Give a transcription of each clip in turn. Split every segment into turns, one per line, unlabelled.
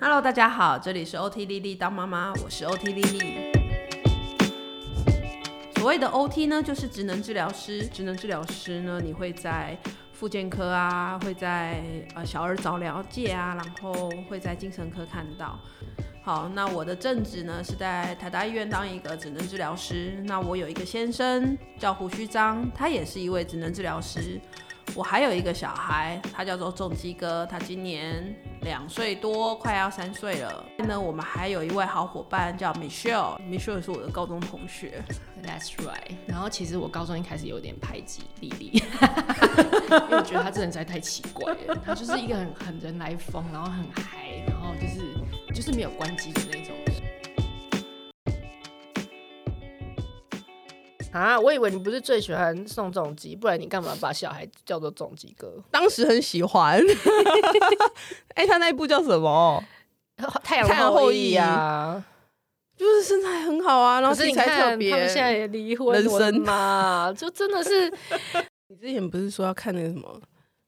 Hello，大家好，这里是 OT 丽丽当妈妈，我是 OT 丽丽。所谓的 OT 呢，就是职能治疗师。职能治疗师呢，你会在复健科啊，会在呃小儿早疗界啊，然后会在精神科看到。好，那我的正职呢是在台大医院当一个职能治疗师。那我有一个先生叫胡须章，他也是一位职能治疗师。我还有一个小孩，他叫做重基哥，他今年两岁多，快要三岁了。那我们还有一位好伙伴叫 Michelle，Michelle 是我的高中同学。
That's right。然后其实我高中一开始有点排挤丽 丽，因为我觉得她这人实在太奇怪了。她就是一个很很人来疯，然后很嗨，然后就是就是没有关机的那种人。
啊，我以为你不是最喜欢宋仲基，不然你干嘛把小孩叫做仲基哥？
当时很喜欢。 哎、他那一部叫什么？
太阳
太阳后裔
啊，
就是身材很好啊，然后
可是
身
你
材
看
特别
他。们现在也离婚
人
我的
生
妈， 就真的是
你之前不是说要看那个什么，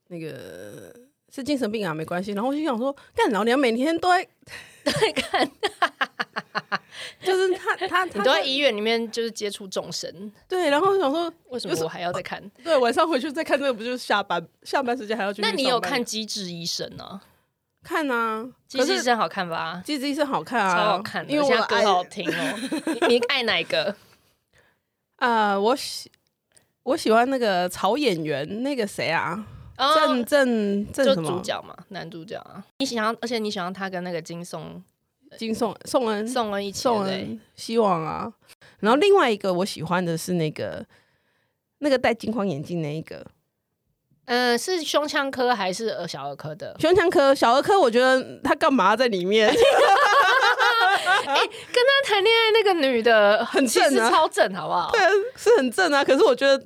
那个是精神病啊，没关系。然后我就想说，干老娘每天都在 在
看，
就是他他
你
他
都在医院里面就是接触众生，
对，然后我想说，
为什么我还要再看？
对，晚上回去再看这个，不就是下班下班时间还要去上
那
班？
你有看《机智医生》呢？
看啊？
《机
可
智医
是《
生》好看吧？
机智医生》好看啊，
超好看的，
因为
而且
我
它
爱
歌好听 哦。你你爱哪一 个？
啊，我喜我喜欢那个曹演员，那个谁啊，郑郑郑
哦就
什
主
么？
角嘛，男主角啊。你喜欢，而且你喜欢他跟那个金颂
金宋宋恩
颂嗯恩一起，对
宋
不对
恩希望啊。然后另外一个我喜欢的是那个那个戴金框眼镜那一个
嗯，是胸腔科还是呃小儿科的？
胸腔科小儿科，我觉得他干嘛在里面？
跟他谈恋爱那个女的
很
啊其
正
实
啊
超正，好不好？
对啊，是很正啊，可是我觉得。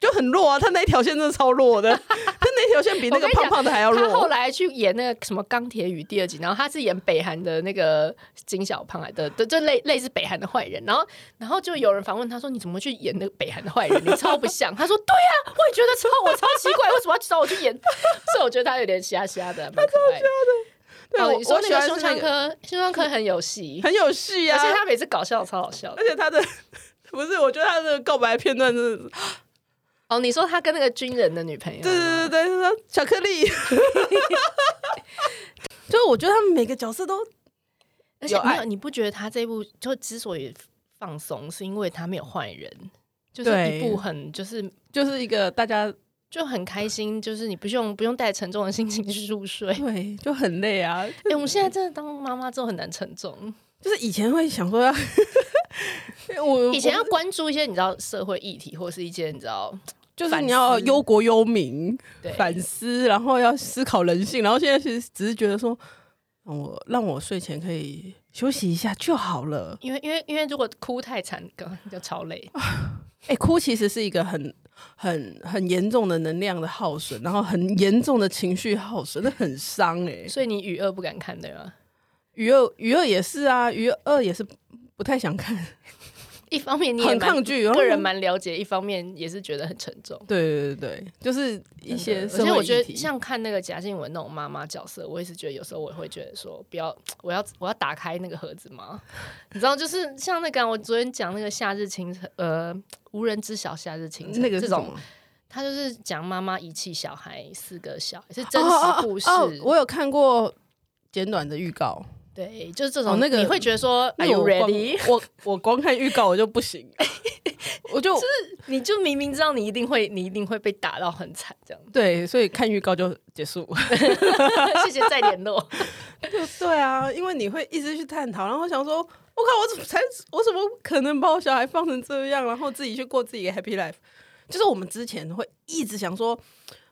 就很弱啊，他那一条线真的超弱的，他那条线比那个
我跟你讲
胖胖的还要
他后
弱。
来去演那个什么《钢铁雨》第二集，然后他是演北韩的那个金小胖来的，对，就类类似北韩的坏人。然后，然后就有人访问他说：“你怎么会去演那个北韩的坏人？你超不像。”他说：“对呀、啊，我也觉得超我超奇怪， 为什么要找我去演？”所以我觉得他有点瞎瞎的， 蛮可爱的。
啊对，
哦
我
你说
我喜
那
欢
个胸
是那
腔
个
科，胸腔科很有 戏，
很有戏
而
啊，
且他每次搞笑超好笑的
而。且他的不是，我觉得他的告白片段是，
哦，你说他跟那个军人的女朋友吗？
对对对对，他说巧克力，就是我觉得他们每个角色都
而且
有
没
爱
有，你不觉得他这部就之所以放松，是因为他没有坏人，就是
对
一部很就是
就是一个大家
就很开心，就是你不用不用带沉重的心情去入睡。 哎、
对就很累啊，
我们现在真的当妈妈之后很难沉重，
就是以前会想说要，我
以前要
我
关注一些你知道社会议题，或是一些你知道
就是
反
你要
思
忧国忧民，
对
反思，然后要思考人性，然后现在其实只是觉得说，让我让我睡前可以休息一下就好了。
因为因为因为如果哭太惨，刚就超累。
哎、哭其实是一个很、很、很严重的能量的耗损，然后很严重的情绪耗损，那很伤哎、欸。
所以你与恶不敢看啊对吗？
余二、余二也是啊，余二也是不太想看，
一方面你也
很
蛮
抗拒。然后
个人蛮了解，一方面也是觉得很沉重。
对对对对，就是一些
真的
社
而且
会
我觉
议
得
题。
像看那个贾静雯那种妈妈角色，我也是觉得有时候我会觉得说，不要，我要我要打开那个盒子吗？ 你知道，就是像那个啊我昨天讲那个夏日清晨，呃，无人知晓夏日清晨
那个
这
是什
种
么，
他就是讲妈妈遗弃小孩四个小孩，是真
哦哦
实
哦
故事。
哦我有看过简短的预告，
对，就是这种、
哦那个
你会觉得说
那
，Are you
个我光
ready？
我我光看预告我就 不行，我就
你就明明知道你一定会，你一定会被打到很惨这样。
对，所以看预告就结束。
谢谢再联络。
对啊，因为你会一直去探讨，然后想说，我靠，我怎么才，我怎么可能把我小孩放成这样，然后自己去过自己的 happy life？就是我们之前会一直想说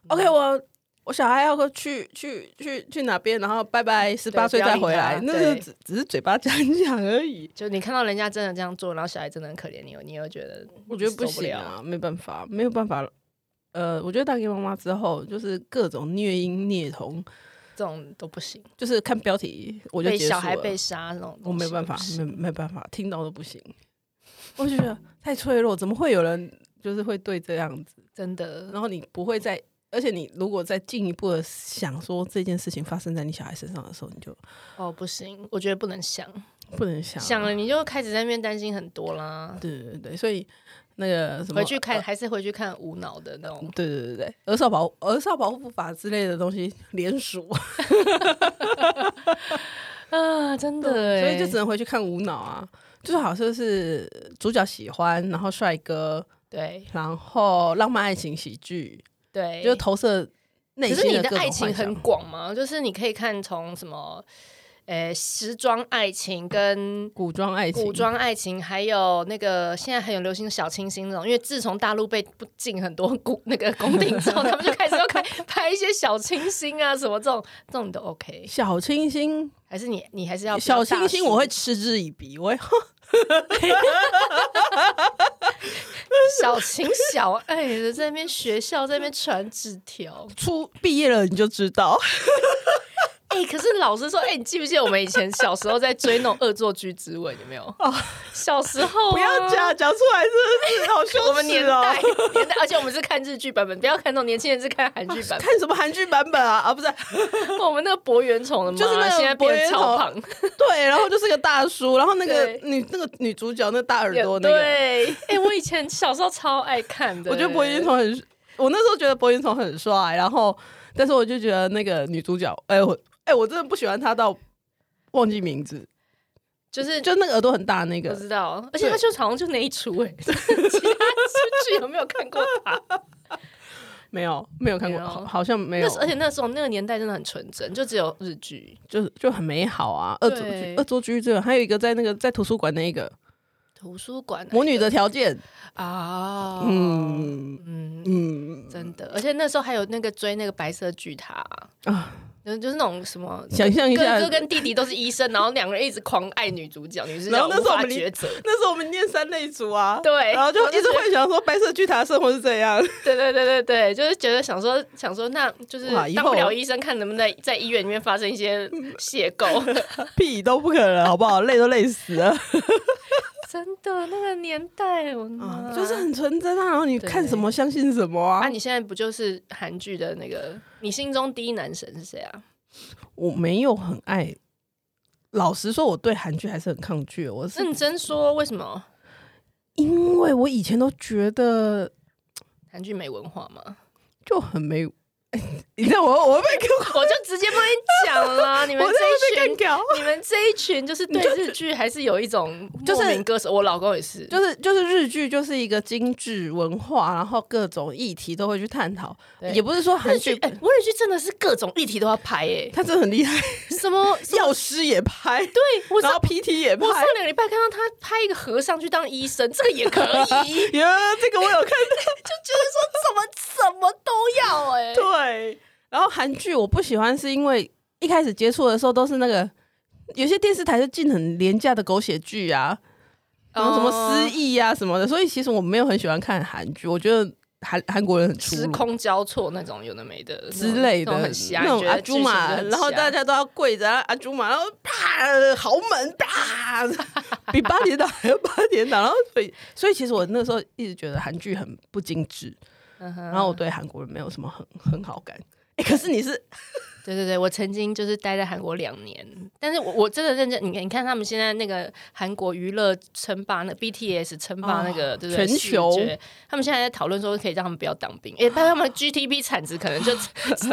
，OK，我
嗯
我小孩要去去去去哪边，然后拜拜，十八岁再回来，
嗯不要
那
理他
是
对
只只是嘴巴讲讲而已。
就你看到人家真的这样做，然后小孩真的很可怜，你又你又觉得
我觉得
受
不
不
行
了
啊，没办法，没有办法。呃，我觉得打给妈妈之后，就是各种虐婴虐童，
这种都不行。
就是看标题我就
被
结束
小孩
了
被杀那种，
我没办法，没没办法，听到都不行。 我就觉得太脆弱，怎么会有人就是会对这样子？
真的。
然后你不会在而且你如果再进一步的想说这件事情发生在你小孩身上的时候，你就
哦，不行，我觉得不能想，
不能想啊
想了你就开始在那边担心很多啦。
对对对，所以那个什么啊呃
回去看，还是回去看无脑的那种。
对对对对，儿少保儿少保护法之类的东西联署，
啊，真的欸，
所以就只能回去看无脑啊。就是好像是主角喜欢，然后帅哥，
对
然后浪漫爱情喜剧，
对，
就投射内
可
心
是你
各
的
种
爱
幻
情
想
很广嘛，就是你可以看从什么，呃，时装爱情跟
古装爱情，
古装爱情，还有那个现在很有流行的小清新那种，因为自从大陆被不禁很多古那个宫廷之后，他们就开始要开拍一些小清新啊什么这种，这种你都 OK，
小清新，
还是你你还是要比较
小
大
清新
叔
我会嗤之以鼻，我会，
小情小爱的哎在那边学校在那边传纸条
出毕业了你就知
啊
道，
哎、可是老师说，哎、你记不记得我们以前小时候在追那种恶作剧之吻 有没有？小时候、
哦
啊
不要讲。讲出来，真的是好羞耻哦。
我们年代年代，而且我们是看日剧版本，不要看那种年轻人是看韩剧版
看什么韩剧版本啊？啊，不是，
本。 我们那个博圆虫的妈，啊
就是那个
现在变得超
博
胖
圆，对，然后就是个大叔，然后那个
对
女那个女主角那大耳朵那个，
对，哎、我以前小时候超爱看的。
我觉得博云彤很，我那时候觉得博云彤很帅，然后但是我就觉得那个女主角，哎、我哎、我真的不喜欢她到忘记名字，
就是
就那个耳朵很大那
不
个，
知道，而且他就好像就那一出 哎、其他剧有没有看过他？
没有没有看过，
没有
好好像没有
那时，而且那时候那个年代真的很纯真，就只有日剧、
就是就很美好啊，恶作剧
对
恶作剧这个，还有一个在那个在图书馆那一个
图书馆、
魔女的条件，
啊，嗯
嗯
嗯，
嗯
真的，而且那时候还有那个追那个白色巨塔，
啊，
嗯，就是那种什么。
想象一下
哥哥跟弟弟都是医生，然后两个人一直狂爱女主角，女主
然
角
后那时
无
候我
法
们离
抉择。
那时候我们念三类组啊，
对
然后就
我就
一直
觉得
幻想说白色巨塔的生活是 怎样，
对对对对对，就是觉得想说想说，那就是
哇以
当不
后
了医生，看能不能在在医院里面发生一 些邂逅。
屁都不可能，好不好？累都累 死了，
真的，那个年代，我妈
啊就是很纯真啊。然后你
对
看什么相信什么
啊！
啊？
你现在不就是韩剧的那个？你心中第一男神是谁啊？
我没有很爱，老实说，我对韩剧还是很抗拒。我是
认真说，为什么
因为我以前都觉得
韩剧没文化吗？
就很没， 你知道我 我被
我就直接帮你讲 了，你们
我在
这一
被干
群。
掉。
你们这一群就是对日剧还是有一 种
就是
莫名歌手，我老公也是，
就是就是日剧就是一个精致文化，然后各种议题都会去探讨，
对
也不是说韩
日剧
剧，
哎，我日剧真的是各种议题都要拍哎、
他真的很厉害，
什么
药师也拍，
对我
然
上
后 PT 也拍
我，上两个礼拜看到他拍一个和尚去当医生，这个也可 以，
耶，这个我有看
就觉得说怎么怎么都要 哎、
到。对，然后韩剧我不喜欢是因为一开始接触的时候都是那个。有些电视台就进很廉价的狗血剧啊，然后什么失忆啊什么的，所以其实我没有很喜欢看韩剧，我觉得韩韩国人很粗鲁
时空交错那种有的没的
之类的
那种很瞎，
那
你
种
觉得
阿
剧
朱
情就
玛，
很
然后
瞎
大家都要跪着然后阿朱玛，然后啪豪门啪， 比八点档还要八点档，然后所以所以其实我那时候一直觉得韩剧很不精致，
嗯哼
然后我对韩国人没有什么很很好感。哎、可是你是
对对对，我曾经就是待在韩国两年，但是我我真的认真，你看你看他们现在那个韩国娱乐称霸，那 BTS 称霸那个、对不对？
哦全
视
球
觉他们现在在讨论说可以让他们不要当兵，哎，但他们 GDP 产值可能就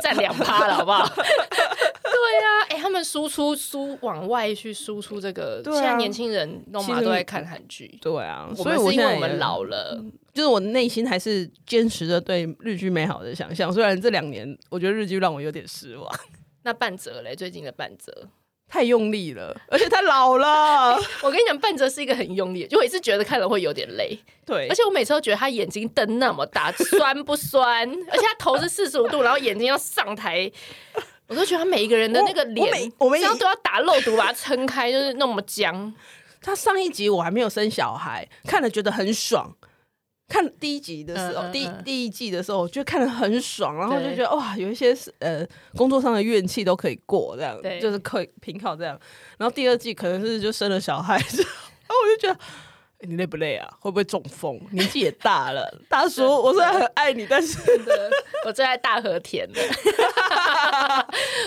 占两趴了，好不好？ 对啊，哎，他们输出输往外去输出这个，
对啊
现在年轻人弄
其
嘛
实
都在看韩剧。
对啊，
我
所以
们是
现
因为
在
我
也
们，老了，
就是我内心还是坚持着对日剧美好的想象。虽然这两年我觉得日剧让我有点失望，
那半折嘞，最近的半 折，
太用力了，而且太老 了。
我跟你讲，半折是一个很用力的，就我也是觉得看了会有点累。
对
而，且我每次都觉得他眼睛瞪那么大，酸不酸？而且他头是四十五度，然后眼睛要上抬，我都觉得他每一个人的那个
我我每
脸，
我每
这样都要打肉毒把它撑开，就是那么僵。
他上一集我还没有生小孩，看了觉得很爽。看第一集的时候，
嗯嗯
第一
嗯
第一季的时候，我就看得很爽，然后就
对
觉得哇，有一些是呃工作上的怨气都可以过，这样
对
就是可以平靠这样。然后第二季可能是就生了小孩之后，然后我就觉得哦你累不累啊？会不会中风？年纪也大了，大叔，我虽然很爱你，但 是
我最爱大和田的，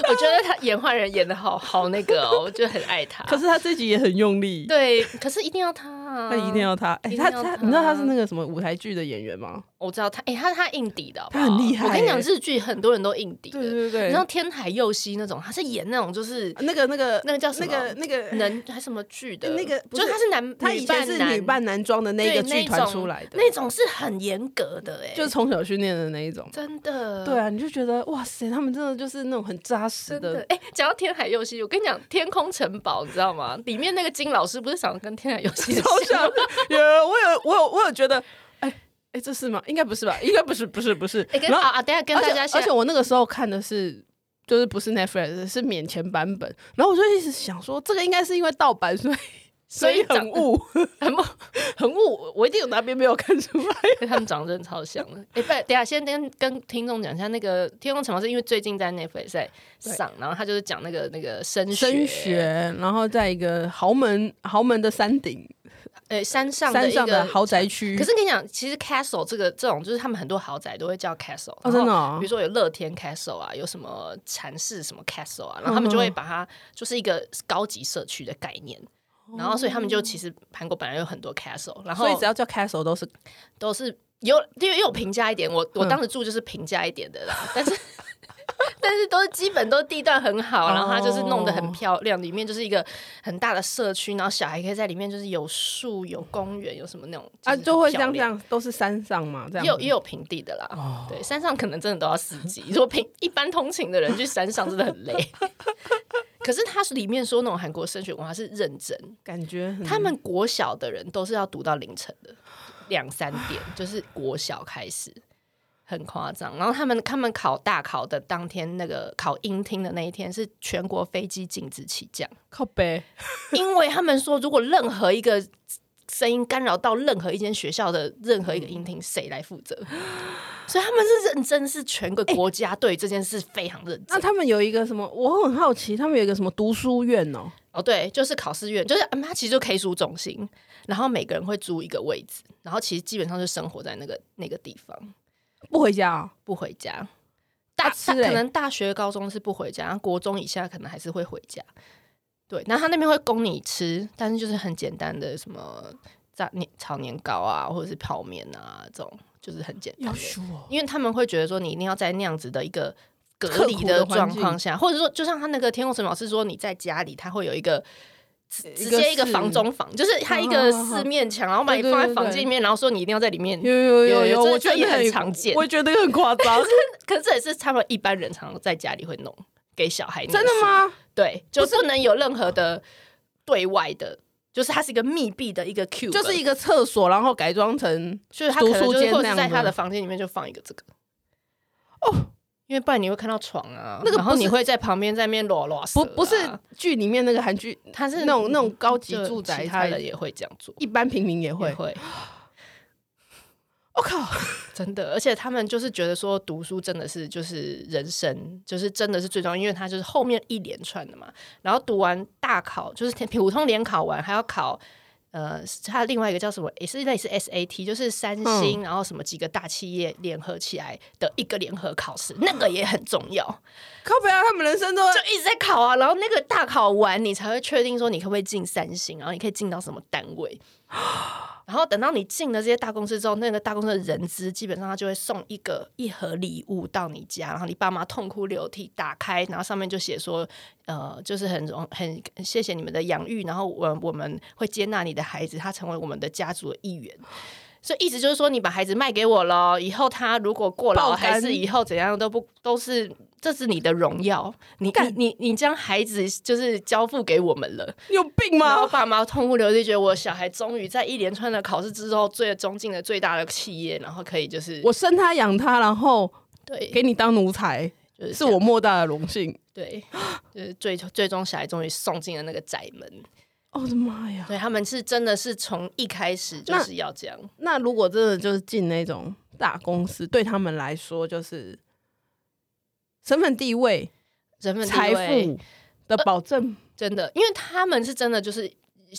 我觉得他演坏人演的好好那个、哦，我就很爱他。
可是他这集也很用力，
对，可是一定要他、啊，
他一定要他。哎、
一定
他
要
他，
他
你知道他是那个什么舞台剧的演员吗？
我知道他，哎、他他硬底的好不好
他很厉害
我跟你讲，
欸
日剧很多人都硬底的，
对对对
啊你知道天海佑希那种，他是演那种就是
那个那个
那个叫什
那
么
个那个
能还什么剧的，
那个不
就是是他是男，
他以前是
男
女扮男装的那个
对
剧团
种
出来的，
那种是很严格的、哎，
就是从小训练的那一种。
真的，
对。啊，你就觉得哇塞，他们真的就是那种很扎实
真的，哎、讲到天海佑希，我跟你讲，《天空城堡》你知道 吗？里面那个金老师不是长得跟天海佑希
超像
像吗？。
有我有我有我有觉得，哎哎，这是吗？应该不是吧？应该不是，不是不是。
哎、跟
然后
啊啊，等一下跟
而
大
且
家
而
先
且我那个时候看的是。就是不是 Netflix 是免钱版本，然后我就一直想说，这个应该是因为盗版，所以
所以
很
长
雾，很雾很雾，我一定有哪边没有看出来。
他们长得真的超像的。哎、不，等一下先跟跟听众讲一下，那个《天空城堡》是因为最近在 Netflix 在上，然后他就是讲那个那个升
升学
学，，
然后在一个豪门豪门的山顶
呃、山上的
山
一
上
个
的豪宅区，
可是跟你讲，其实 castle 这个这种，就是他们很多豪宅都会叫 castle，、
哦真的哦
比如说有乐天 castle 啊，有什么禅室什么 castle 啊，然后他们
嗯
就会把它就是一个高级社区的概念。然后，所以他们
哦
就其实韩国本来有很多 castle，然后
所以只要叫 castle 都是
都是有因为有平价一点，我我
嗯
当时住就是平价一点的啦，但是 但是都是基本都是地段很好，然后它就是弄得
哦
很漂亮，里面就是一个很大的社区，然后小孩可以在里面就是有树、有公园、有什么那种
啊，
是
就会
很
这
漂
样这
亮
样，都是山上嘛，这样
也有
子
也有平地的啦。对，山上可能真的都要司机。 如果平一般通勤的人去山上真的很累。 可是他是里面说那种韩国升学文化是认真，
感觉很
他们国小的人都是要读到凌晨的，两三点就是国小开始，很夸张。然后他们他们考大考的当天，那个考英听的那一天是全国飞机禁止起降。
靠北，
因为他们说，如果任何一个声音干扰到任何一间学校的任何一个音听，谁来负责？所以他们是认真，是全个国家对这件事非常认
那
真。
他们有一个什么？我很好奇，他们有一个什么读书院哦？
哦，对，就是考试院，就是嗯，他其实就 K 书中心，然后每个人会租一个位置，然后其实基本上就生活在那个那个地方，
不回家哦？
不回家。大
啊吃
大
欸
可能大学、高中是不回家，然后国中以下可能还是会回家。对，然后他那边会供你吃，但是就是很简单的什么炸年炒年糕啊，或者是泡面啊，这种就是很简单的。
哦！
因为他们会觉得说，你一定要在那样子的一个隔
刻
离
苦的环
状
境
况下，或者说，就像他那个天空城堡是说，你在家里，他会有一个直
一
直
个啊
接一个
室
房中房，就是他一
好好
个
好好
四面墙，然后把你
对对
放在
对
房间
对
里面，然后说你一定要在里面
有有有
有
有，
这
我觉得
这也很
很
常见
我觉得很夸 张，
可是这也是他们一般人常常在家里会弄给小孩。
真的？吗？
对，就不能有任何的对外的，就是它是一个密闭的一个 Q，
就是一个厕所，然后改装成
就是他可能就
读书
是
间
或者
那样
在他
的
的房间里面就放一个这个。哦，因为不然你会看到床啊，
那个
然后
不是
你会在旁边在那边裸裸、啊
不不是剧里面那个韩剧，
它是
那种那种高级
就
住宅
嗯其他
才
人也会这样做，
一般平民也
也
会。
会
我靠，
真的，而且他们就是觉得说读书真的是就是人生，就是真的是最重要，因为它就是后面一连串的嘛。然后读完大考，就是普通联考完还要考。呃，它另外一个叫什么？也是类似 SAT，就是三星，然后什么几个大企业联合起来的一个联合考试，那个也很重要。
靠北啊！他们人生都
就一直在考啊，然后那个大考完，你才会确定说你可不可以进三星，然后你可以进到什么单位。然后等到你进了这些大公司之后，那个大公司的人资基本上他就会送一个一盒礼物到你家，然后你爸妈痛哭流涕打开，然后上面就写说，呃，就是很荣很很谢谢你们的养育，然后我我们会接纳你的孩子，他成为我们的家族的一员。所以意思就是说，你把孩子卖给我了，以后他如果过劳
爆肝
还是以后怎样都不都是，这是你的荣耀。你你你你将孩子就是交付给我们了，
有病
然后
吗？
爸妈痛哭流涕，觉得我小孩终于在一连串的考试之后，最终进了最大的企业，然后可以就是
我生他养他，然后
对，
给你当奴才，
就是
是
这样
我莫大的荣幸。
对，就是最最终小孩终于送进了那个宅门。
哦我的妈呀！
对他们是真的是从一开始就是要这样，
那如果真的就是进那种大公司，对他们来说就是身份地位、
人们
财富的保证。
真的，因为他们是真的就是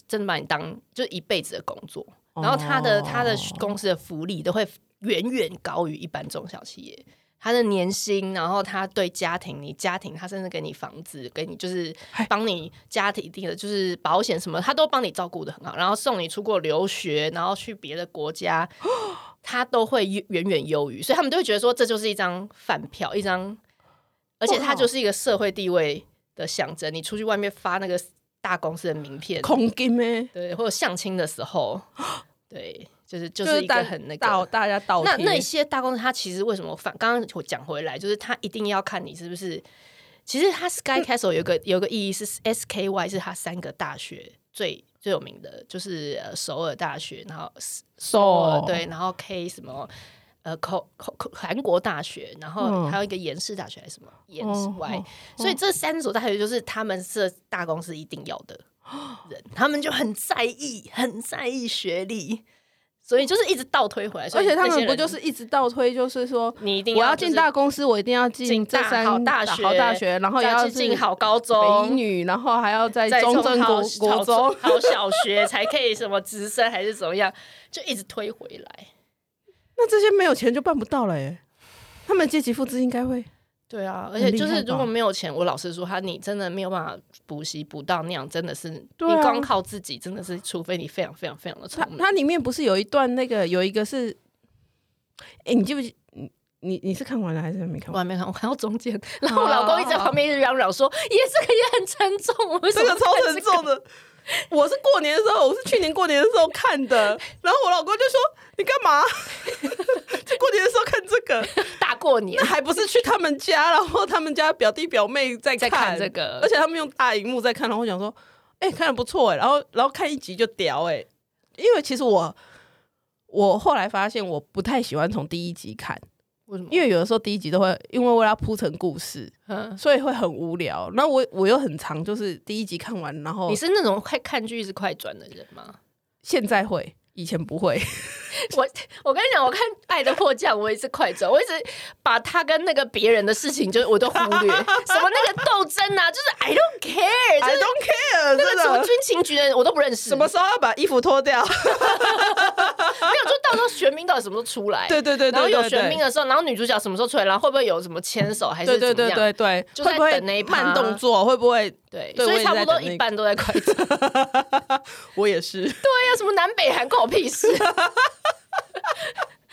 真的把你当就是一辈子的工作，呃然后他的、他的
哦
公司的福利都会远远高于一般中小企业。他的年薪，然后他对家庭，你家庭，他甚至给你房子，给你就是
嗨
帮你家庭定的，就是保险什么，他都帮你照顾的很好，然后送你出国留学，然后去别的国 家，他都会远远优于，所以他们都会觉得说这就是一张饭票，一张，而且
哇
它就是一个社会地位的象征。你出去外面发那个大公司的名片，
恐金咩，
对，或者相亲的时候，对，就是就
就是
一个
大
很那
大
个。
大家倒
那
贴
那些大公司，它其实为什么反？刚刚我讲回来，就是它一定要看你是不是。其实它 Sky Castle 有一个有一个意义是 SKY 是它三个大学最最有名的，就是呃首尔大学，然后首尔
手
对，然后 K 什么呃口口口韩国大学，然后
嗯
还有一个延世大学还是什么延世
哦
Y，、
哦
所以这三所大学就是他们是大公司一定要的人，他们就很在意，很在意学历，所以就是一直倒推回来。所
而
以
且他
那些
们不
人
就是一直倒推，就是说
你一定
我
要
要
就
进
是
大公司，我一定要进
进
这
大
三
好大学
好大学，然后也
再
要
去进
是
好高
美
中？
女，然后还要在
再
中
从
正
好
国
好
国中，
好小学才可以什么直升还是怎么样，就一直推回来。
那这些没有钱就办不到了哎。他们阶级复制应该会
对啊，而
很
且
厉
就是
害
如
吧
果没有钱，我老实说，他你真的没有办法补习补到那样，真的是、
对
你
啊
光靠自己，真的是除非你非常非常非常的聪
它
明。
它里面不是有一段那个有一个是，哎、你记不记？你你你是看完了还是没看
我还
完？
没看，我看到中
哦
间，然后我老公一直在旁边一直嚷嚷说：“也这个也很沉重，我为什
这
么
个超沉重的。我是过年的时候，我是去年过年的时候看 的，然后我老公就说：“你干嘛？ 就过年的时候看这个，
大过年
那还不是去他们家，然后他们家表弟表妹在
在
看
看这
而
个
且他们用大荧幕在看，然后我想说，哎、看的不错哎、然后然后看一集就屌哎、因为其实我我后来发现我不太喜欢从第一集看，
为什么？
因为有的时候第一集都会因为为了要铺成故事，
嗯，
所以会很无聊。那我我又很长，就是第一集看完，然后
你是那种快看剧一直快转的人吗？
现在会，以前不会。
哎 我我跟你讲，我看《爱的迫降》，我一直快转，我一直把他跟那个别人的事情，就是我都忽略，什么那个斗争啊，就是 I don't care，就
I
是
don't care，
那
真
个什么
的。
军情局的人我都不认识，
什么时候要把衣服脱掉？
没有？就到时候玄彬到底什么时候出来？
对对对对对
然后有玄
对
彬的时候，然后女主角什么时候出来？然后会不会有什么牵手还是
对对
怎么样
对对对，
就在
会不会
等那一趴
慢动作？会 不会？
对
对
所
我
以
也
差不
在
多
等那
一
个
半都在快转。对
我也是。
呀、什么南北韩关我屁 事。就是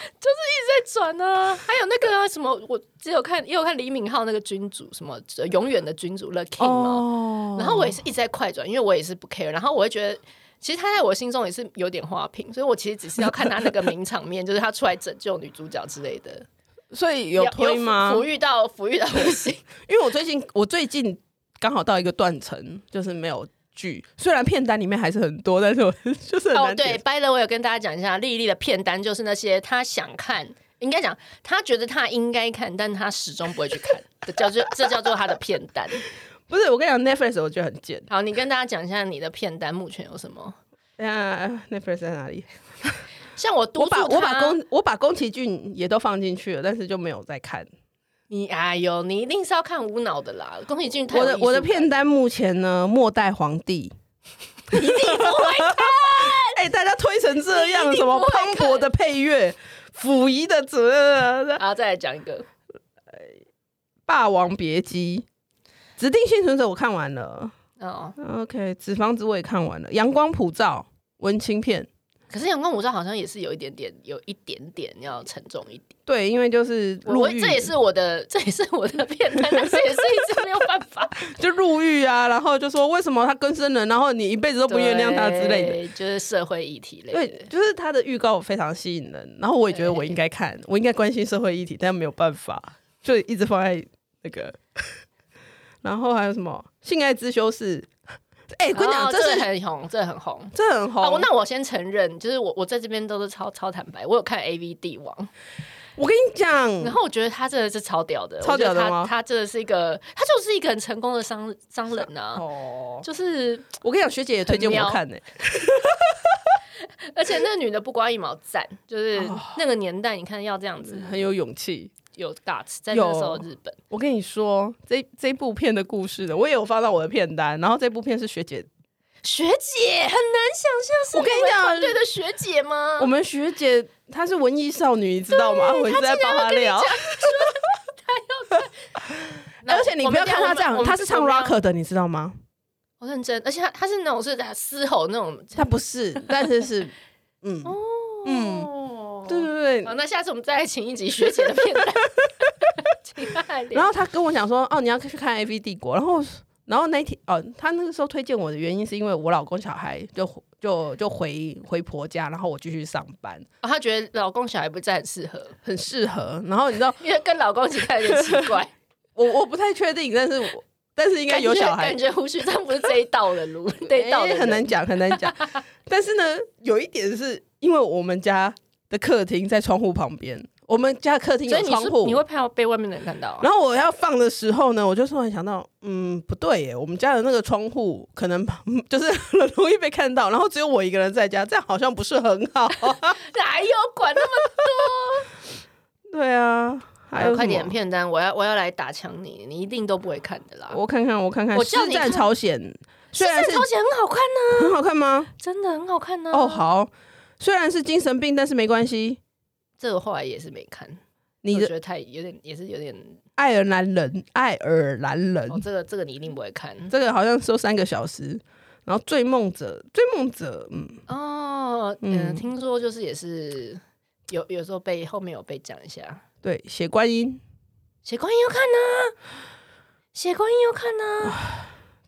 一直在转啊，还有那个、啊、什么，我只有看，也有看李敏镐那个君主，什么呃永远的君主 The King 嘛、
哦
然后我也是一直在快转，因为我也是不 care。然后我会觉得，其实他在我心中也是有点花瓶，所以我其实只是要看他那个名场面， 就是他出来拯救女主角之类的。
所以有推吗？
抚育到抚育到不行。
因为我最近我最近刚好到一个断层，就是没有剧。虽然片单里面还是很多，但是我 就是 很
哦，
难
对
点。
，by the way，我有跟大家讲一下，丽丽的片单就是那些她想看，应该讲她觉得她应该看，但她始终不会去看，这叫做这叫做她的片单。
不是我跟你讲，Netflix 我觉得很贱。
好，你跟大家讲一下你的片单目前有什么？
那啊 Netflix 在哪里？
像我督
我
促
把我把
她
宫我把宫崎骏也都放进去了，但是就没有再看。
你，哎呦，你一定是要看无脑的啦。宫崎骏太有
我的
艺术
我的
感
片单目前呢，《末代皇帝》一定不会看。哎、大家推成这样，什么磅礴的配乐，溥仪的责，
好，再来讲一个。
霸王别姬》，指定幸存者我看完了。
哦，
OK，《纸房子》我也看完了，《阳光普照》文青片，
可是《阳光普照》好像也是有一点点，有一点点要沉重一点。
对，因为就是入
我
狱，
这也是我的，这也是我 的片单，但是也是一直没有办法。
就入狱啊，然后就说为什么他更生人，然后你一辈 子都不原谅他之类的。
对，就是社会议题类
对
的，。
就是他的预告非常吸引人，然后我也觉得我应该看，我应该关心社会议题，但没有办法，就一直放在那个。 然后还有什么《性爱之修士》？哎、跟你讲，
哦
这是
很红，这很红。
这很红。
哦，那我先承认，就是我我在这边都是超超坦白，我有看 A V 帝王，
我跟你讲，
然后我觉得他真的是超屌的，
嗯超屌的
我觉得
吗
他他真的是一个，他就是一个很成功的商商人啊，
哦，
就是
我跟你讲，学姐也推荐
很
我
喵
看呢、
而且那个女的不刮一毛赞，就是
哦
那个年代，你看要这样子
很有勇气。
有 guts，在那时候
有
日本，
我跟你说，这这部片的故事呢，我也有放到我的片单。然后这部片是学姐
学姐很难想象是
我跟你
们
讲
团队的学姐吗？
我们学姐她是文艺少女，你知道
啊
吗？我一直在帮她聊。
那
而且你不要看她这
我
样，
们
她是唱
我们
rock 的，你知道吗？
我认真，而且她她是那种是嘶吼那种，
她 不是，但是是嗯，嗯
哦
对对
好，
对。
那下次我们再请一集学姐的 片段，请她来聊
然后她跟我讲说，哦，你要去看 A V 帝国。然后，然后那一天，哦，她那个时候推荐我的原因是因为我老公小孩就就就回回婆家，然后我继续上班，
哦她觉得老公小孩不是很适合，
很适合。然后你知道，
因为跟老公一起看有点奇怪，
我我不太确定，但是我但 是应该有
感觉
小孩
感，觉胡须章不是这一道的 路，这一道的
哎
人
很难讲，很难讲。但是呢，有一点是因为我们家的客厅在窗户旁边，我们家客厅
所
有
以你
窗
是
户
你。会怕被外面的人看到啊、
然后我要放的时候呢，我就突然想到，嗯，不对耶，我们家的那个窗户可能 就是很容易被看到，然后只有我一个人在家，这样好像不是很 好。
哪有管那么
对啊，还有
多？快
什么
点，片单，我要我要来打枪你，你一定都不会看的啦。
我看看，我看看，
我叫
实
你
战
看
朝鲜虽然
这
是
超前很好看呢、
很好看吗？
真的很好看呢、
哦，，好，虽然是精神病，但是没关系。
这个后来也是没看，
你
我
的
觉得太有点也是有点，
爱尔兰人，爱尔兰人，
哦，这个这个你一定不会看
这个好像说三个小时。然后《醉梦者》，《醉梦者》，嗯，
哦。嗯、
嗯
听说就是也是有有时候被后面有被讲一下，
对，写观音，
血观音要看呢、血观音要看呢、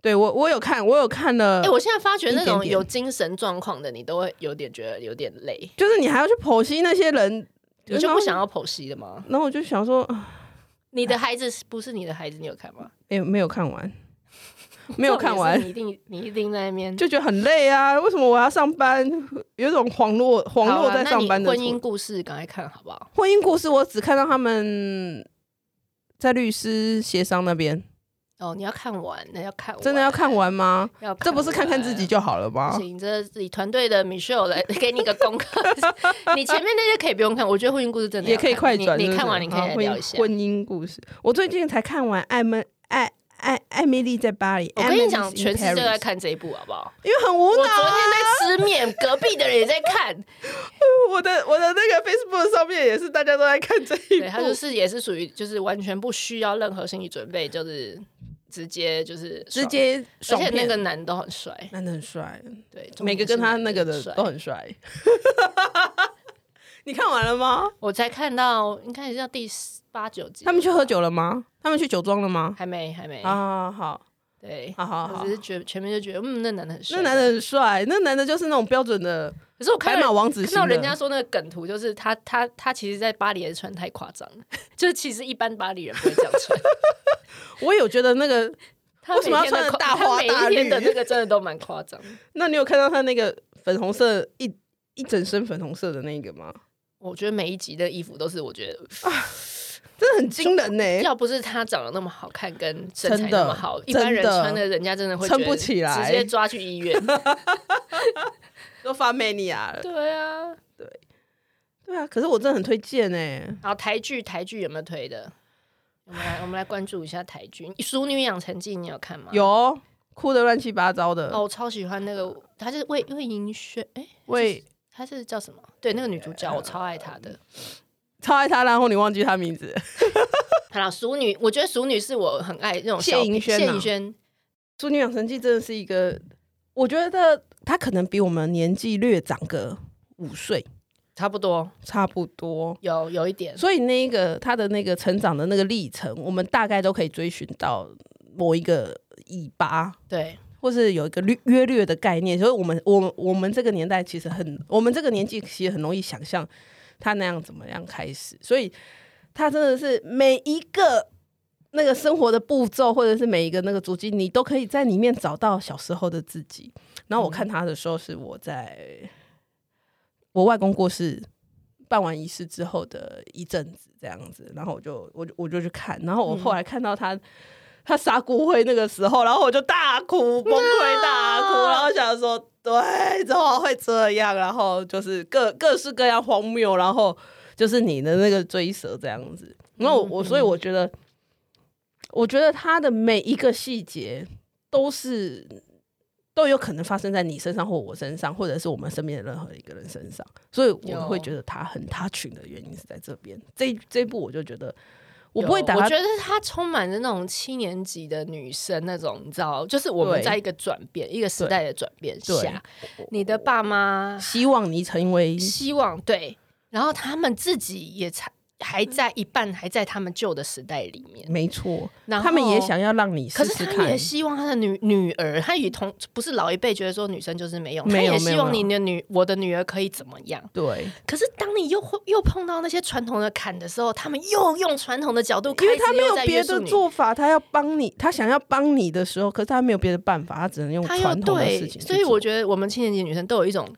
对我我有看，我有看了，
哎、我现在发觉那
呃一点
种
点
有精神状况的，你都会有点觉得有点累，
就是你还要去剖析那些人，
你就不想要剖析的吗？
然后。然后我就想说，啊
你的孩子是不是你的孩子，你有看吗？
没有没有看 完，没有看完
重点是，你一定你一定在那边
就觉得很累啊。为什么我要上班？有一种恍若恍
好
若
啊
在
那
上
你
班的
婚
错
姻故事，赶快看好不好？
婚姻故事，我只看到他们在律师协商那边，
哦，你要看完，那要看完，
真的要看，完吗？
要看
这不是看看自己
完。
就好了吗？
行，这是你团队的 Michelle 来给你一个功课， 你前面那些可以不用看，我觉得婚姻故事真的
也
要
可以
看
快
你
转。
你
是不
看
是
完你可以
好
来
婚
聊
姻
一下。
婚姻故事。我最近才看完《艾门艾艾艾米丽在巴黎》，
我跟你
Emily's
讲，
in
全世界都
Paris
在，看这一部，好不好？
因为很无
我
脑
昨
啊。
天在吃面，隔壁的人也在 看，
我的我的那个 Facebook 上面也是大家都在看这一
对他就
部，
是也是属于就是完全不需要任何心理准备，就是直接就是
直
爽，
接
而
爽
且
片。
那个男的都很帅，
男的很帅，
对，重
每个
点是
跟他
男
那个的
帅
都很帅。 你看完了吗？
我才看到，应该也是到第十八九集。
他们去喝，酒了吗？他们去酒庄了吗？
还没，还没。
啊，好，
对，
好好好
我只是觉前面就觉得，嗯，那男的很帅。
那男的，很帅，那男的就是那种标准的
可是我看
白马
到
王子
看
型
到
的。
人家说那个梗图，就是他他他其实，在巴黎也是穿太夸张了，就是其实一般巴黎人不会这样 穿。
我有觉得那个
他
为什么要
每天的
穿得
夸
大花大
他每一天的
绿
那个真的都蛮夸张的。
那你有看到他那个粉红色一一整身粉红色的那个吗？
我觉得每一集的衣服都是，我觉得
真的很惊人呢、
要不是他长得那么好看，跟身材
真的
那么好，一般人
真的
穿的人家真的会
撑
觉得
不起来
直接抓去医 院。
都发 mania 了。
对啊，
对啊，可是我真的很推荐欸呢、
然后台剧，台剧有没有推的？我们来，我们来关注一下台剧《熟女养成记》，你有
啊
看吗？
有哭的乱七八糟的，
哦，我超喜欢那个，她是魏魏银萱，哎、
喂，
她是叫什么？对，那个女主角，我超爱她的。
超爱他，啊然后你忘记他名字，
好了，熟女，我觉得熟女是我很爱那种
谢
小
盈
品
萱
谢
啊
盈萱，
《淑女养成记》真的是一个，我觉得他可能比我们年纪略长个五岁，
差不多
差不多。
有有一点。
所以那一个他的那个成长的那个历程，我们大概都可以追寻到某一个尾巴，
对，
或是有一个略约略的概念，所以我们我们我们这个年代其实很，我们这个年纪其实很容易想象他那样怎么样开始，所以他真的是每一个那个生活的步骤，或者是每一个那个足迹，你都可以在里面找到小时候的自己。然后我看他的时候，是我在我外公过世办完仪式之后的一阵子这样子，然后我就我就我就去看，然后我后来看到他。他杀骨灰那个时候，然后我就大哭，崩溃大哭，然后想说，对，怎么会这样？然后就是各各式各样荒谬，然后就是你的那个追蛇这样子。
嗯
然后我我所以我觉得，我觉得他的每一个细节都是都有可能发生在你身上，或我身上，或者是我们身边的任何一个人身上。所以我会觉得他很他群的原因是在这边。这一这一步我就觉得我不会打
我
他
觉得她充满着那种七年级的女生那种，你知道，就是我们
对
在一个转变、一个时
对
代的转变
对
下，你的爸妈
希望你成为
希望对，然后他们自己也才还
嗯
在一半还在他们旧的时代里面，
没错，
然后
他们也想要让你试
可是
试
他
看
也。希望他的女女儿，他也同不是老一辈觉得说女生就是没用，
没有
他也希望
没有
你的女我的女儿可以怎么样。
对，
可是当你又会又碰到那些传统的坎的时候，他们又用传统的角度，
因为他
开始
没
又
有
在约
别
束
的
你，
做法，他要帮你，他想要帮你的时候，可是他没有别的办法，他只能用
他又
传统的事
对，
情去做。
所以我觉得我们青年级女生都有一种。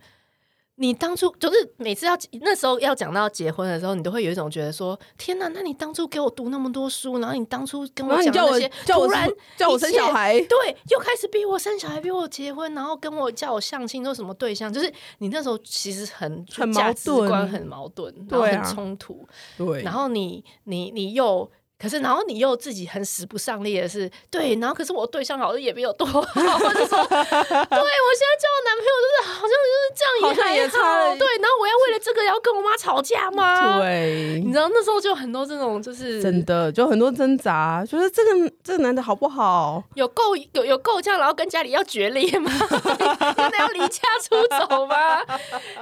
你当初就是每次要那时候要讲到结婚的时候，你都会有一种觉得说：天哪，那你当初给我读那么多书，然后你当初跟
然
我
后你
讲
叫
的那
我
些，
叫我
突然
生 叫我生小孩，
对，又开始逼我生小孩，逼我结婚，然后跟我叫我相亲，说什么对象，就是你那时候其实很
很
价
矛
值观
盾
很矛盾，然后
对啊
很冲突，
对
然后你你你又。可是，然后你又自己很使不上力的是，对，然后可是我对象好像也没有多好，或者说，对我现在交的男朋友就是好像就是这样，
好像也
还
差了
好对，然后我要为了这个要跟我妈吵架吗？，
对
你，知道那时候就很多这种就是
真的就很多挣扎，就是这个这个男的好不好？
有够有有够这样，然后跟家里要决裂吗？ 真的要离家出走 吗？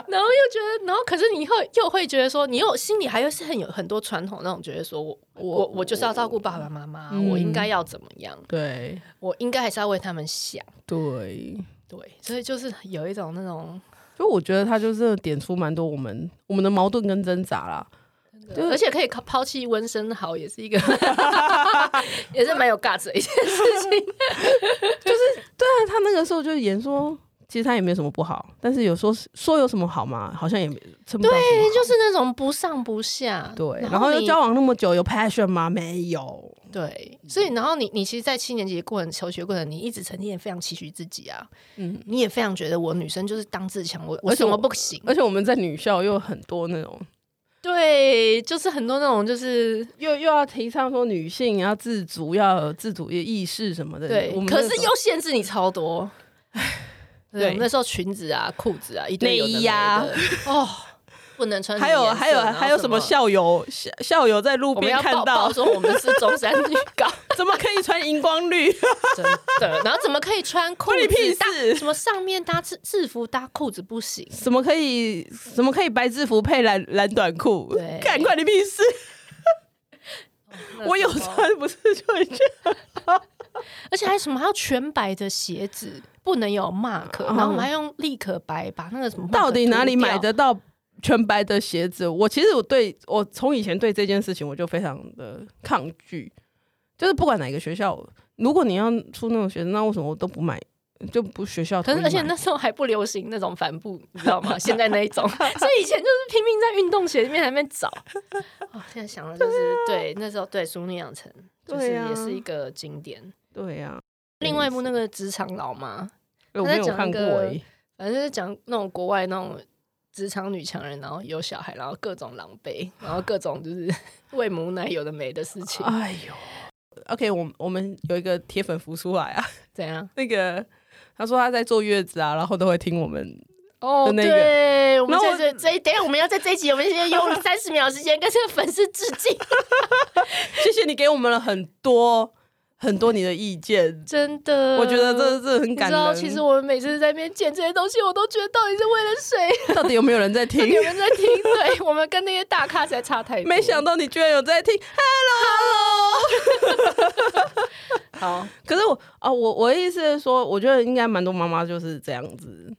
然后又觉得，然后可是你又又会觉得说，你又心里还有是很有很多传统那种，觉得说我我我就是要照顾爸爸妈妈，
嗯
我应该要怎么样，
对
我应该还是要为他们想。
对，
对，所以就是有一种那种，
所以我觉得他就是点出蛮多我们我们的矛盾跟挣扎啦。对
而且可以抛抛弃温生豪，也是一个， 也是蛮有 guts 的一件事 情。
但他那个时候就是演说，其实他也没有什么不好，但是有说说有什么好嘛，好像也没撑不到什么好。
就是那种不上不下，
对，然后又
你
交往那么久，有 passion 吗？没有。
对，
嗯
所以然后你你其实，在七年级的过程、求学过程，你一直曾经也非常期许自己啊，
嗯
嗯，你也非常觉得我女生就是当自强，我我
而且
什么
我呃
不行？
而且我们在女校又有很多那种，
对，就是很多那种就是
又又要提倡说女性要自足，要有自主意识什么的。
对
我，们
可
那
是
时候
又限制你超多。对，
对
我们那时候裙子啊、裤子啊、一堆
内
有的没
衣啊
的， 哦，不能穿什么
还有
颜色。
还有
然后
还有
什
什么校友校校友在路
我们
边
要
看
报
到
报，说我们是中山女高，
怎么可以穿荧光绿？
真的。然后怎么可以穿裤
关你屁
子搭
事
什么上面搭制制服搭裤子不行？
怎么可以怎么可以白制服配蓝蓝短裤
对？
干关你屁事！我有
那时候
穿不是就已经
而且还什么还有全白的鞋子，不能有 mark，、
嗯
然后我们还用立可白把那个什么 mark
到底哪里
涂掉
买得？到全白的鞋子？我其实我对我从以前对这件事情我就非常的抗拒，就是不管哪个学校，如果你要出那种鞋子，那为什么我都不买？就不学校统
可
一买？
是而且那时候还不流行那种帆布，你知道 吗？现在那一种，所以以前就是拼命在运动鞋里面还没 找。哦，现在想的就是对那时候对《淑女养成》就是
对啊
也是一个经典。
对啊呀、
另外一部那个职场老妈，
哎我
他在
没有
讲
看
那
过
个
诶、
反正就是讲那种国外那种职场女强人，然后有小孩，然后各种狼狈，然后各种就是 喂母奶有的没的事情，
哎呦，OK，我们我们有一个铁粉浮出来啊，
怎样？
那个他说他在坐月子啊，然后都会听我们
哦，
的那个
对，我们
然后
在这这一等一下我们要在这一集，我们先用三十秒时间跟这个粉丝致 敬，
谢谢你给我们了很多很多你的意见，
真的，
我觉得这这很
你
感
知
人。
道，其实我们每次在那边剪这些东西，我都觉得到底是为了 谁？
到底有没有人在听？
有人在听，对我们跟那些大咖实在差太多。
没 想到你居然有在听，Hello，,
好，
可是我啊、我我的意思是说，我觉得应该蛮多妈妈就是这样子，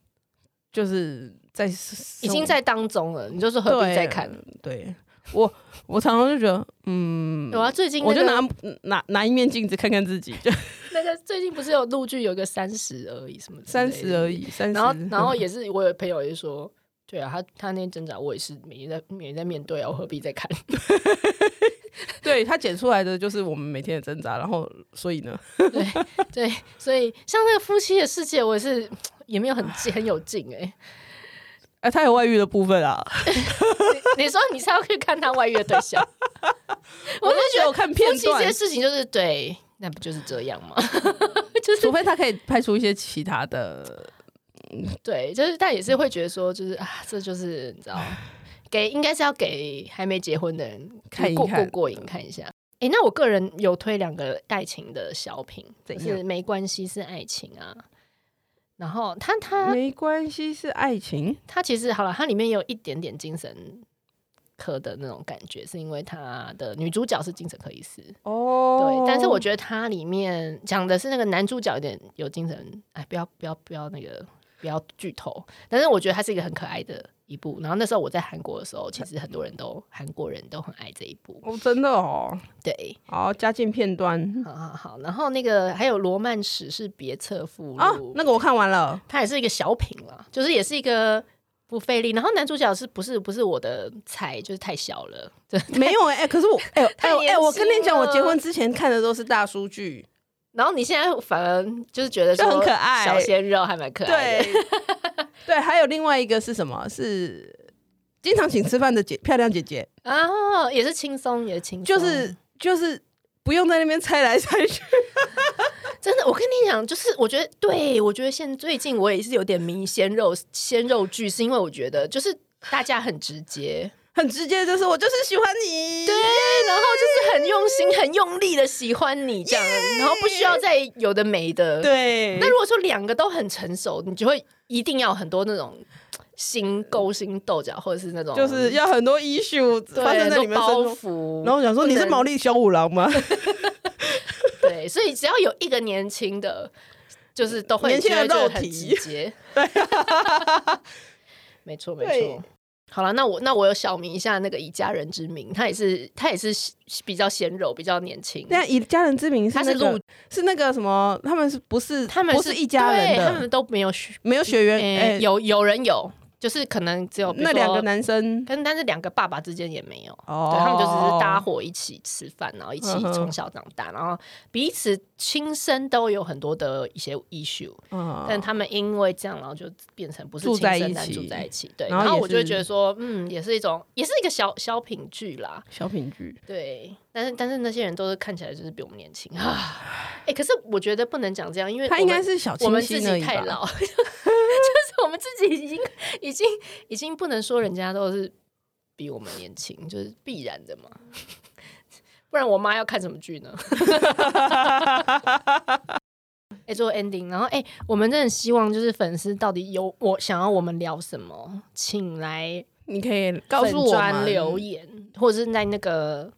就是在
已
已
经在当中了，你就是何必再看？。
对嗯对我，我常常就觉得，嗯，
有啊，最近
我就
那个
拿拿拿一面镜子看看自己， 就
那个最近不是有陆剧有个三十而已什么之类
三
的
十而，已，三十。
然后然后也是我有朋友也说。对啊，他他那天挣扎，我也是每天在每天在面对啊，我何必再看？
对他剪出来的就是我们每天的挣扎，然后所以呢，
对，所以像那个夫妻的世界，我也是也没有很近很有劲哎、
哎、他有外遇的部分啊，
你你说你是要去看他外遇的对象？我就
就
觉
有
得
看
夫
片
妻这
段
件，事情就是对，那不就是这样吗？就是
除非他可以拍出一些其他的，
对，就是但也是会觉得说，就是啊，这就是你知道，给应该是要给还没结婚的人
看一
过
看嗯
过过瘾看一下。诶，那我个人有推两个爱情的小品，
怎
就是
样
没关系是爱情啊。然后它它
没关系，是爱情。
它其实好了，它里面有一点点精神科的那种感觉，是因为它的女主角是精神科医师。
哦
对，但是我觉得它里面讲的是那个男主角有点有精神，哎，不要不要不要那个不要剧透。但是我觉得它是一个很可爱的一部。然后那时候我在韩国的时候，其实很多人都韩国人都很爱这一部。
哦，真的哦，
对，
好，加进片 段
好好好。然后那个还有《罗曼史是别册附录》
啊，那个我看完了，
它也是一个小品啦，就是也是一个。不费力，然后男主角是不是不是我的菜，就是太小了， 对。
没有哎、哎可是我哎
太
哎
年
哎，我跟你
轻
讲，我结
了
婚之前看的都是大数据，
然后你现在反而就是觉得
就很
说
可爱
小鲜肉还蛮可爱的。
对对， 还有另外一个是什么？是经常请吃饭的姐，漂亮姐姐，
啊，也是轻松，也是轻松，
就是就是不用在那边猜来猜去，
真的。我跟你讲，就是我觉得，对我觉得现最近我也是有点迷鲜肉鲜肉剧，是因为我觉得就是大家很直接，
很直接，就是我就是喜欢你。
对，然后就是很用心、很用力的喜欢你这样，然后不需要再有的没的。，
对
那如果说两个都很成熟，你就会一定要很多那种心勾心斗角，或者是那种
就是要很多 issue
对
发生在你们
包
身中。
袱。
然后我想说
不
你是
能
毛利小五郎吗？
对，所以只要有一个年轻的，就是都会
年轻的
就会觉得
肉
很
体
直 接。 没错没
对
错。好了，那我那我有小明一下那个以家人之名，他也是他也是比较鲜肉，比较年轻。
那以家人之名是
他
那
是
个
陆
是那个什么？他们是不是
他们
不是一家人
对他们
的？
都没有学，
没有血缘
诶、
哎，
嗯有有人有，就是可能只有比如
那两
说
个男生
跟但是两个爸爸之间也没有，
哦
对他们就只是搭伙一起吃饭，然后一起
嗯哼
从小长大，然后彼此亲生都有很多的一些 issue，
嗯
但他们因为这样，然后就变成不是
住
亲
在
生
一
但
起
住在一起。对，
然
然
后
后
也
我就会
是
觉得说，嗯，也是一种，也是一个小小品剧啦。
小品剧
对，但是但是那些人都是看起来就是比我们年轻啊。哎、可是我觉得不能讲这样，因为
他
我
应
们
该是小
我
清
们自
新而
己
已
太
吧？
老， 就是我们自己已经已经已经不能说人家都是比我们年轻，就是必然的嘛。 不然我妈要看什么剧呢？ 哎、做 ending，然后哎、我们真的希望就是粉丝到底有我想要我们聊什么，请来
你可以告诉我
专
们
留言，或者是在那个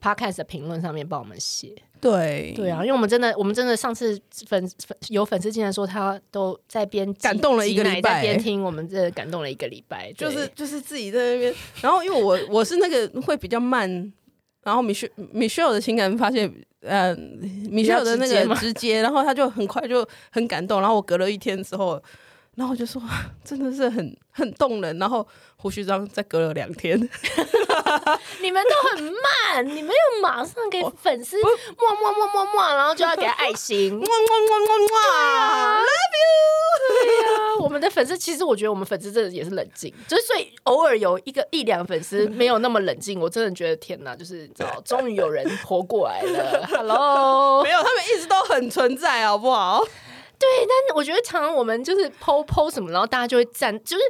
podcast 的评论上面帮我们写。
对
对啊，因为我们真的，我们真的上次粉粉有粉丝竟然说他都在边挤
感动了一个
挤奶
礼拜
在边听我们这感动了一个礼拜，对
就是就是自己在那边。然后因为我我是那个会比较慢，然后 Michelle Michelle 的情感发泄，呃，Michelle 的那
比较直接
个
吗
直接，然后他就很快就很感动。然后我隔了一天之后，然后我就说 真的是很很动人。然后胡须章再隔了两天，
你们都很慢，你们又马上给粉丝么么么么么，然后就要给他爱心
哇。哇哇
啊
哇哇！
对啊，我们的粉丝其实我觉得我们粉丝真的也是冷静，就是所以偶尔有一个一两粉丝没有那么冷静，我真的觉得天哪，就是早终于有人活过来了 ，Hello。
没有，他们一直都很存在，好不好？
我觉得常常我们就是剖剖什么，然后大家就会站，就是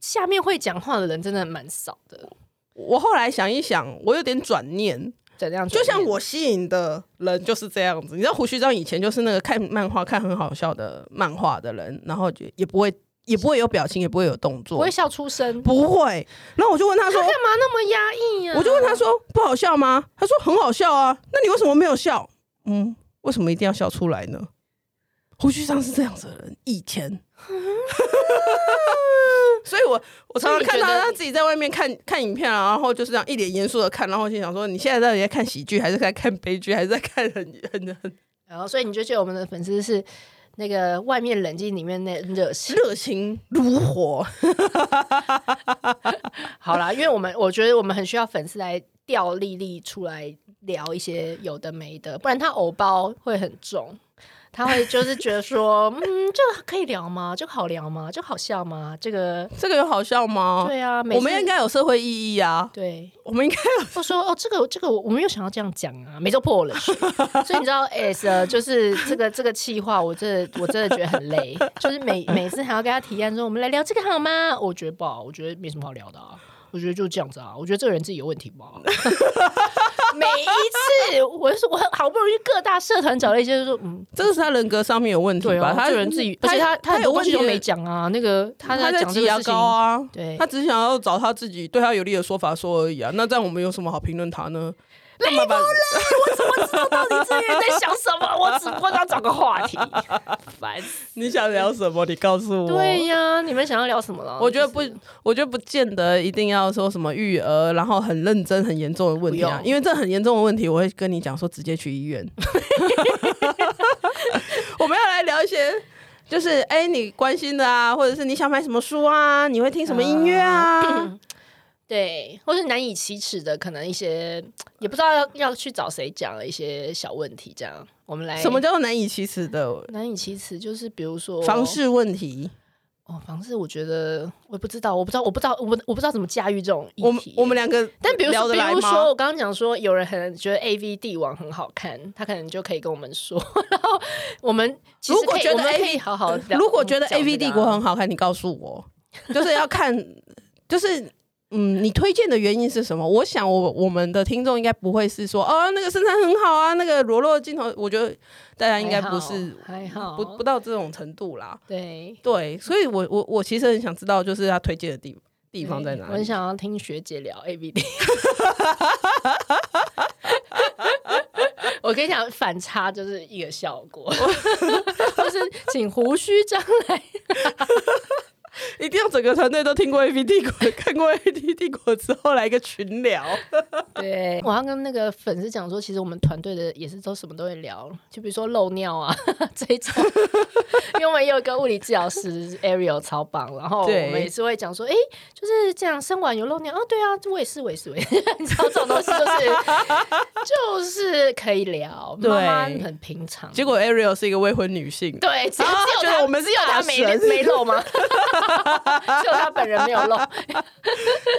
下面会讲话的人真的蛮少的。
我后来想一想，我有点转念，
怎样？
就像，我吸引的人就是这样子，你知道胡须章以前就是那个看漫画看很好笑的漫画的人，然后就也不会也不会有表情，也不会有动
我
作，
会笑出声。
不会。然后我就问他说，
干嘛那么压抑呀、啊
我就问他说不好笑吗？他说很好笑啊。那你为什么没有笑？嗯，为什么一定要笑出来呢？胡须章是这样子的人，以前。 所以我，我常常看到
所以你觉得
他自己在外面看看影片啊，然后就是这样一脸严肃的看，然后我心想说：你现在到底在看喜剧，还是在看悲剧，还是在看很很很
然后所以你就觉得我们的粉丝是那个外面冷静，里面那热情。
热情如火？
好啦，因为我们我觉得我们很需要粉丝来调丽丽出来聊一些有的没的，不然她偶包会很重。他会就是觉得说，嗯，这个可以聊吗？这个好聊吗？这个好笑吗？这个
这个有好笑吗？
对啊，每
哦我们
次
应该有社会意义啊，
对，
我们应该
我说哦，这个这个我我没有想要这样讲啊，每周破我冷水，所以你知道，as a- 就是这个这个气话，我真的我真的觉得很累，就是每每次还要跟他提案说，我们来聊这个好吗？我觉得不好，我觉得没什么好聊的啊。我觉得就这样子啊，我觉得这个人自己有问题吧。 每一次，我就是我很好不容易各大社团找了一些，就说嗯，
这个是他人格上面有问题
对
吧？
啊，
他嗯
这个人自己，而且他
他
他很
有
多东
问
西
题
都
的
没，讲啊。那个他
他
在讲这
挤
个
牙
事情
膏，啊，
对
他，只是想要找他自己对他有利的说法说而已啊。那这样我们有什么好评论他呢？雷波
到底这个人在想什么？我只不过想找个话 题，烦死。
你想聊什么？你告诉我。
对呀，你们想要聊什么了？
我觉得不，我觉得不见得一定要说什么育儿，然后很认真、很严重的问题
不
啊，
用
因为这很严重的问题，我会跟你讲说直接去医 院。 我们要来聊一些，就是哎、你关心的啊，或者是你想买什么书啊，你会听什么音乐啊？
对，或是难以启齿的，可能一些也不知道要要去找谁讲的一些小问题，这样我们来
什么叫做难以启齿的
难以启齿？就是比如说
房事问题？
哦，房事，我觉得我也不知道，我不知道，我不知道，我不我不知道怎么驾驭这种议
我们
题。
我们两个，
但比如
聊
说，
得
比
来
如
吗
说，我刚刚讲说，有人可能觉得 A V 帝王很好看，他可能就可以跟我们说，然后我们其实
如果
可以
觉得
我们
AV
可以好好聊，
如果觉得
讲
A
这个
V
啊
帝国很好看，你告 诉我，就是要看，就是嗯，你推荐的原因是什么？我想我我们的听众应该不会是说哦，那个身材很好啊，那个裸露的镜头，我觉得大家应该不是
还好，
不不到这种程度啦。
对
对，所以我我我其实很想知道，就是他推荐的地地
地
方在哪
我很
里。
想要听学姐聊 A B D。我跟你讲，反差就是一个效 果， 就是请胡须张来。
一定要整个团队都听过 A V 帝国， 看过 A V 帝国之后来一个群聊。
对，我要跟那个粉丝讲说，其实我们团队的也是都什么都会聊，就比如说漏尿啊这一种，因为我们也有一个物理治疗师 Ariel 超棒，然后我
对
们也是会讲说，哎、就是这样生完有漏尿，哦，对啊，我也是，我也是，我也是， 你知道这种东西就是就是可以聊，
对
妈妈很平常，
结果 Ariel 是一个未婚女性，
对，只只
啊
有
觉得
他，
我们是
只有他
大
没
神
没漏 吗？只有他本人没有漏，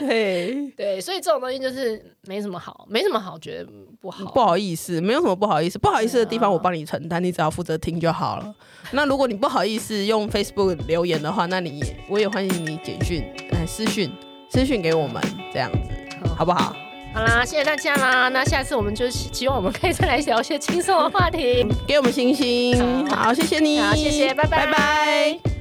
嘿，
对，所以这种东西就是没什么好，没什么好，觉得不好，
不好啊意思，没有什么不好意思，不好意思的地方我帮你承担，你只要负责听就好了。那如果你不好意思用 Facebook 留言的话，那你也我也欢迎你简讯、哎私讯、私讯给我们这样子，好不好？
好啦，谢谢大家啦。那下次我们就希希望我们可以再来聊一些轻松的话题。
给我们星星，好，谢谢你，
好，谢谢，拜拜
拜拜